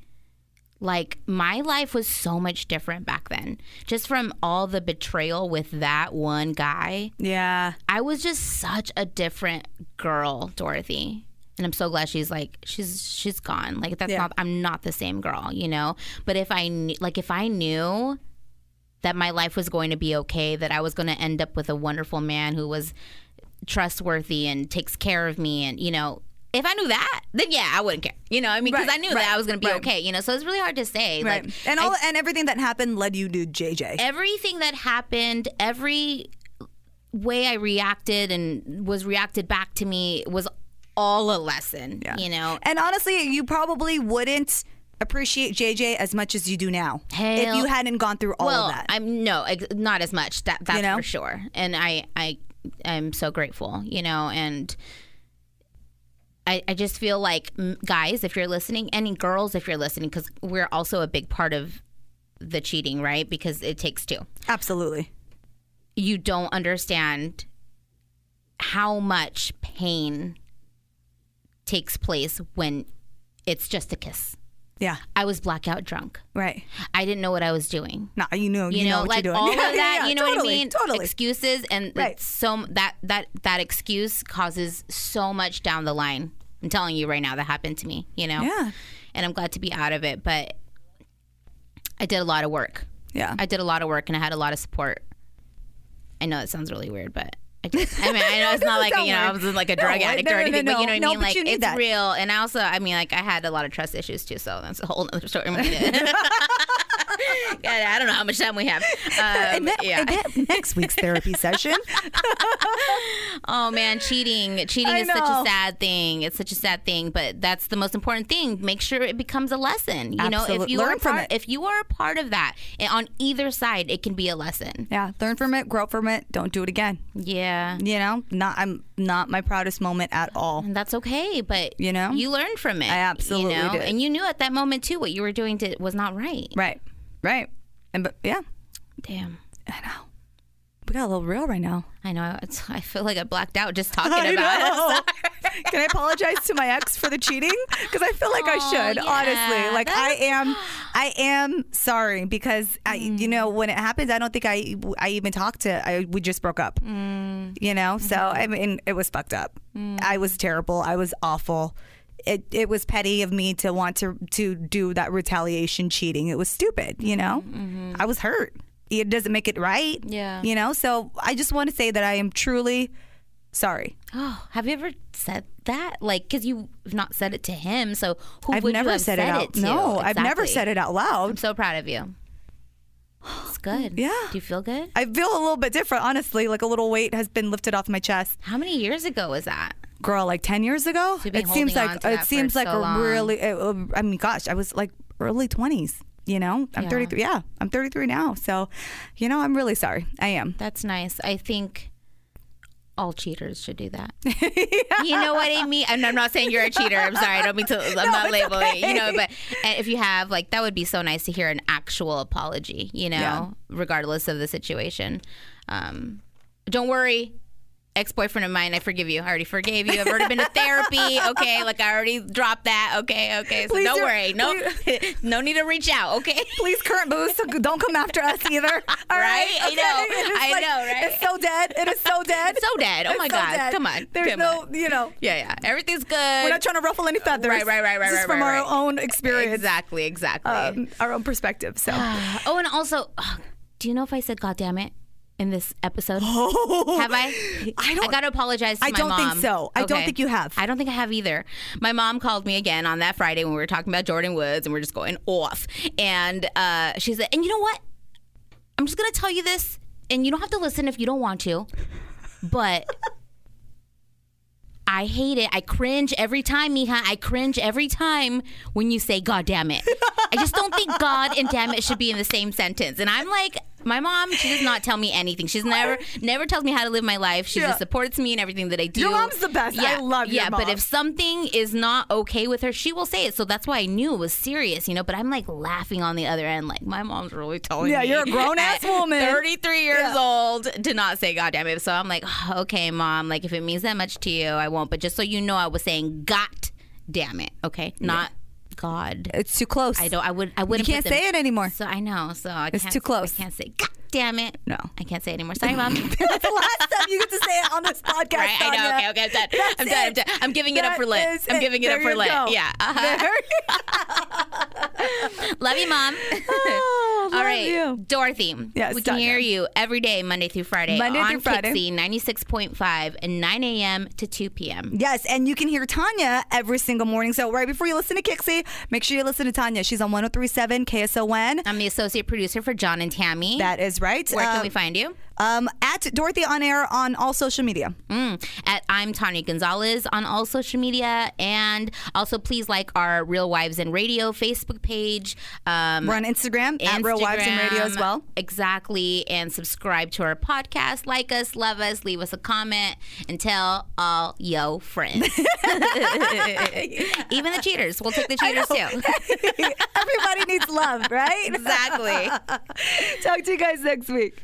Speaker 2: Like my life was so much different back then, just from all the betrayal with that one guy.
Speaker 1: yeah,
Speaker 2: I was just such a different girl, Dorothy. And I'm so glad she's like she's she's gone. Like that's
Speaker 1: Yeah.
Speaker 2: not I'm not the same girl, you know. But if I knew, like if I knew that my life was going to be okay, that I was going to end up with a wonderful man who was trustworthy and takes care of me and you know if I knew that, then yeah, I wouldn't care. You know, I mean, because
Speaker 1: Right,
Speaker 2: I knew
Speaker 1: right,
Speaker 2: that I was going to be
Speaker 1: right.
Speaker 2: okay. You know, so it's really hard to say.
Speaker 1: Right.
Speaker 2: Like,
Speaker 1: and
Speaker 2: I
Speaker 1: all and everything that happened led you to JJ.
Speaker 2: everything that happened, every way I reacted and was reacted back to me was all a lesson, you know.
Speaker 1: And honestly, you probably wouldn't appreciate JJ as much as you do now if
Speaker 2: Hell-
Speaker 1: you hadn't gone through all
Speaker 2: well,
Speaker 1: of that.
Speaker 2: I'm no, ex- not as much. That that's
Speaker 1: know?
Speaker 2: for sure. And I I I'm so grateful, you know, and I, I just feel like mm, guys, if you're listening, and girls, if you're listening, because we're also a big part of the cheating, right? Because it takes two.
Speaker 1: Absolutely.
Speaker 2: you don't understand how much pain takes place when it's just a kiss.
Speaker 1: Yeah.
Speaker 2: I was blackout drunk.
Speaker 1: Right.
Speaker 2: I didn't know what I was doing.
Speaker 1: No, you know, Oh, you,
Speaker 2: You, know,
Speaker 1: what
Speaker 2: like
Speaker 1: you're doing.
Speaker 2: all of
Speaker 1: Yeah, yeah,
Speaker 2: that.
Speaker 1: yeah,
Speaker 2: you know what
Speaker 1: totally,
Speaker 2: I mean?
Speaker 1: Totally.
Speaker 2: Excuses and
Speaker 1: Right.
Speaker 2: it's so that that that excuse causes so much down the line. I'm telling you right now, that happened to me. You know.
Speaker 1: Yeah.
Speaker 2: And I'm glad to be out of it, but I did a lot of work.
Speaker 1: yeah.
Speaker 2: I did a lot of work and I had a lot of support. I know it sounds really weird, but I, just, I mean, I know it's not like
Speaker 1: Don't
Speaker 2: you know I
Speaker 1: worry.
Speaker 2: was like a
Speaker 1: No, I-
Speaker 2: drug addict
Speaker 1: no,
Speaker 2: or
Speaker 1: no,
Speaker 2: anything,
Speaker 1: no,
Speaker 2: but you know what
Speaker 1: no,
Speaker 2: I mean.
Speaker 1: but
Speaker 2: Like
Speaker 1: you need
Speaker 2: it's
Speaker 1: that.
Speaker 2: real, and I also I mean like I had a lot of trust issues too, so that's a whole other story. God, I don't know how much time we have. Um,
Speaker 1: Ne-
Speaker 2: yeah.
Speaker 1: ne- next week's therapy session.
Speaker 2: Oh man, cheating! Cheating
Speaker 1: I
Speaker 2: is such
Speaker 1: know.
Speaker 2: a sad thing. It's such a sad thing, but that's the most important thing. Make sure it becomes a lesson. You know,
Speaker 1: Absolute-
Speaker 2: if you
Speaker 1: learn
Speaker 2: are a
Speaker 1: from
Speaker 2: part,
Speaker 1: it.
Speaker 2: if you are a part of that and on either side, it can be a lesson.
Speaker 1: Yeah, learn from it, grow from it, don't do it again.
Speaker 2: Yeah.
Speaker 1: You know, not I'm not my proudest moment at all.
Speaker 2: And that's okay, but
Speaker 1: You know?
Speaker 2: you learned from it.
Speaker 1: I
Speaker 2: you
Speaker 1: absolutely
Speaker 2: know?
Speaker 1: did.
Speaker 2: and you knew at that moment too what you were doing to, was not right.
Speaker 1: Right. Right. And but yeah,
Speaker 2: Damn,
Speaker 1: I know. We got a little real right now.
Speaker 2: I know. It's, I feel like I blacked out just talking
Speaker 1: I
Speaker 2: about it.
Speaker 1: know. Can I apologize to my ex for the cheating? Because I feel like I
Speaker 2: Oh,
Speaker 1: should,
Speaker 2: yeah.
Speaker 1: honestly. Like I
Speaker 2: That's-
Speaker 1: am, I am sorry because I, you
Speaker 2: Mm.
Speaker 1: know, when it happens, I don't think I, I even talked to. I we just broke up,
Speaker 2: Mm.
Speaker 1: you know. So
Speaker 2: Mm-hmm.
Speaker 1: I mean, it was fucked up. I was terrible. I was awful. It it was petty of me to want to to do that retaliation cheating. It was stupid, you know. I was hurt. It doesn't make it right.
Speaker 2: Mm-hmm. Yeah.
Speaker 1: You know, so I just want to say that I am truly sorry.
Speaker 2: Oh, have you ever said that? Like, because you've not said it to him, so who
Speaker 1: I've
Speaker 2: would you
Speaker 1: never
Speaker 2: have
Speaker 1: said, it out.
Speaker 2: to?
Speaker 1: No, I've never
Speaker 2: Exactly.
Speaker 1: said it out
Speaker 2: I'm
Speaker 1: loud.
Speaker 2: so proud of you. It's good.
Speaker 1: Yeah.
Speaker 2: Do you feel good?
Speaker 1: I feel a little bit different, honestly. Like a little weight has been lifted off my chest,
Speaker 2: How many years ago was that?
Speaker 1: girl. Like ten years ago,
Speaker 2: you've been
Speaker 1: it seems
Speaker 2: holding on
Speaker 1: like
Speaker 2: to
Speaker 1: it
Speaker 2: that
Speaker 1: seems
Speaker 2: for
Speaker 1: like a
Speaker 2: so long.
Speaker 1: really. uh, I mean, gosh, I was like early twenties. You know, I'm
Speaker 2: Yeah.
Speaker 1: 33. Yeah, I'm 33 now. So, you know, I'm really sorry. I am.
Speaker 2: That's nice. I think all cheaters should do that. You know what I mean? And I'm not saying you're a cheater. I'm sorry. I don't mean to. I'm not labeling. it, You know, but and if you have like, that would be so nice to hear an actual apology. You know,
Speaker 1: Yeah.
Speaker 2: regardless of the situation. Um, don't worry. Ex boyfriend of mine, I forgive you. I already forgave you. I've already been to therapy. Okay, like I already dropped that. Okay, okay. So
Speaker 1: Please
Speaker 2: don't
Speaker 1: don't-
Speaker 2: worry. No, no need to reach out. Okay.
Speaker 1: Please, current boost, don't come after us either. All right?
Speaker 2: I
Speaker 1: okay?
Speaker 2: know.
Speaker 1: It is
Speaker 2: I know, right?
Speaker 1: It's so dead. It is so dead.
Speaker 2: So dead. Oh
Speaker 1: It's
Speaker 2: my
Speaker 1: so
Speaker 2: god.
Speaker 1: dead.
Speaker 2: Come on.
Speaker 1: There's
Speaker 2: Come
Speaker 1: no,
Speaker 2: on.
Speaker 1: you know.
Speaker 2: Yeah, yeah. Everything's good.
Speaker 1: We're not trying to ruffle any feathers.
Speaker 2: Right, right, right,
Speaker 1: This
Speaker 2: right,
Speaker 1: is
Speaker 2: right,
Speaker 1: from
Speaker 2: right,
Speaker 1: our
Speaker 2: right.
Speaker 1: own experience,
Speaker 2: Exactly, exactly.
Speaker 1: um, our own perspective. So,
Speaker 2: oh, and also, ugh, do you know if I said "God damn it" in this episode? Have I?
Speaker 1: I don't-
Speaker 2: got to apologize. To
Speaker 1: I
Speaker 2: my
Speaker 1: don't think
Speaker 2: mom.
Speaker 1: so. I don't think you have.
Speaker 2: I don't think I have either. My mom called me again on that Friday when we were talking about Jordan Woods and we are just going off. And uh, she said, "And you know what? I'm just gonna tell you this, and you don't have to listen if you don't want to, but." I hate it. I cringe every time, Mija. I cringe every time when you say "God damn it." I just don't think "God" and "damn it" should be in the same sentence. And I'm like, my mom. She does not tell me anything. She's never, never tells me how to live my life. She
Speaker 1: Yeah.
Speaker 2: just supports me in everything that I do.
Speaker 1: Your mom's the best. I love your
Speaker 2: yeah. But
Speaker 1: mom.
Speaker 2: if something is not okay with her, she will say it. So that's why I knew it was serious, you know. But I'm like laughing on the other end, like my mom's really telling
Speaker 1: Yeah,
Speaker 2: me.
Speaker 1: you're a grown-ass
Speaker 2: at
Speaker 1: woman.
Speaker 2: 33 years
Speaker 1: Yeah.
Speaker 2: old to not say God damn it. So I'm like, "Oh, okay, mom. Like if it means that much to you, I won't. But just so you know, I was saying God damn it. Okay, not God.
Speaker 1: it's too close.
Speaker 2: I don't. I would. I wouldn't.
Speaker 1: You can't
Speaker 2: put them-
Speaker 1: say it anymore.
Speaker 2: So I know. So I
Speaker 1: It's
Speaker 2: can't,
Speaker 1: too close.
Speaker 2: I can't say. God damn it.
Speaker 1: No.
Speaker 2: I can't say it anymore. Sorry, mom.
Speaker 1: That's the last time you get to say it on this podcast.
Speaker 2: Right, I know.
Speaker 1: Tanya.
Speaker 2: Okay, okay, I'm done. I'm
Speaker 1: That's
Speaker 2: done. I'm
Speaker 1: it.
Speaker 2: done. I'm giving it up
Speaker 1: That
Speaker 2: for lit.
Speaker 1: is
Speaker 2: I'm
Speaker 1: it.
Speaker 2: giving it
Speaker 1: There
Speaker 2: up for
Speaker 1: you
Speaker 2: lit.
Speaker 1: go.
Speaker 2: Yeah. Uh-huh. Love you, mom.
Speaker 1: Oh, love
Speaker 2: All right,
Speaker 1: you.
Speaker 2: Dorothy.
Speaker 1: Yes,
Speaker 2: we can
Speaker 1: Tanya.
Speaker 2: hear you every day, Monday through Friday,
Speaker 1: Monday
Speaker 2: on
Speaker 1: through Friday.
Speaker 2: Kixi 96.5 and 9 a.m. to 2 p.m.
Speaker 1: Yes, and you can hear Tanya every single morning. So right before you listen to Kixie, make sure you listen to Tanya. She's on 1037 KSON.
Speaker 2: I'm the associate producer for John and Tammy.
Speaker 1: That is right.
Speaker 2: Where can
Speaker 1: Um,
Speaker 2: we find you?
Speaker 1: Um, at Dorothy on air on all social media.
Speaker 2: Mm. At I'm Tanya Gonzalez on all social media, and also please like our Real Wives and Radio Facebook page. Um,
Speaker 1: We're on Instagram, at Real Wives and Radio as
Speaker 2: Instagram,
Speaker 1: well.
Speaker 2: Exactly. And subscribe to our podcast. Like us, love us, leave us a comment, and tell all yo friends. Even the cheaters. We'll take the cheaters too.
Speaker 1: Everybody needs love, right?
Speaker 2: exactly.
Speaker 1: Talk to you guys next week.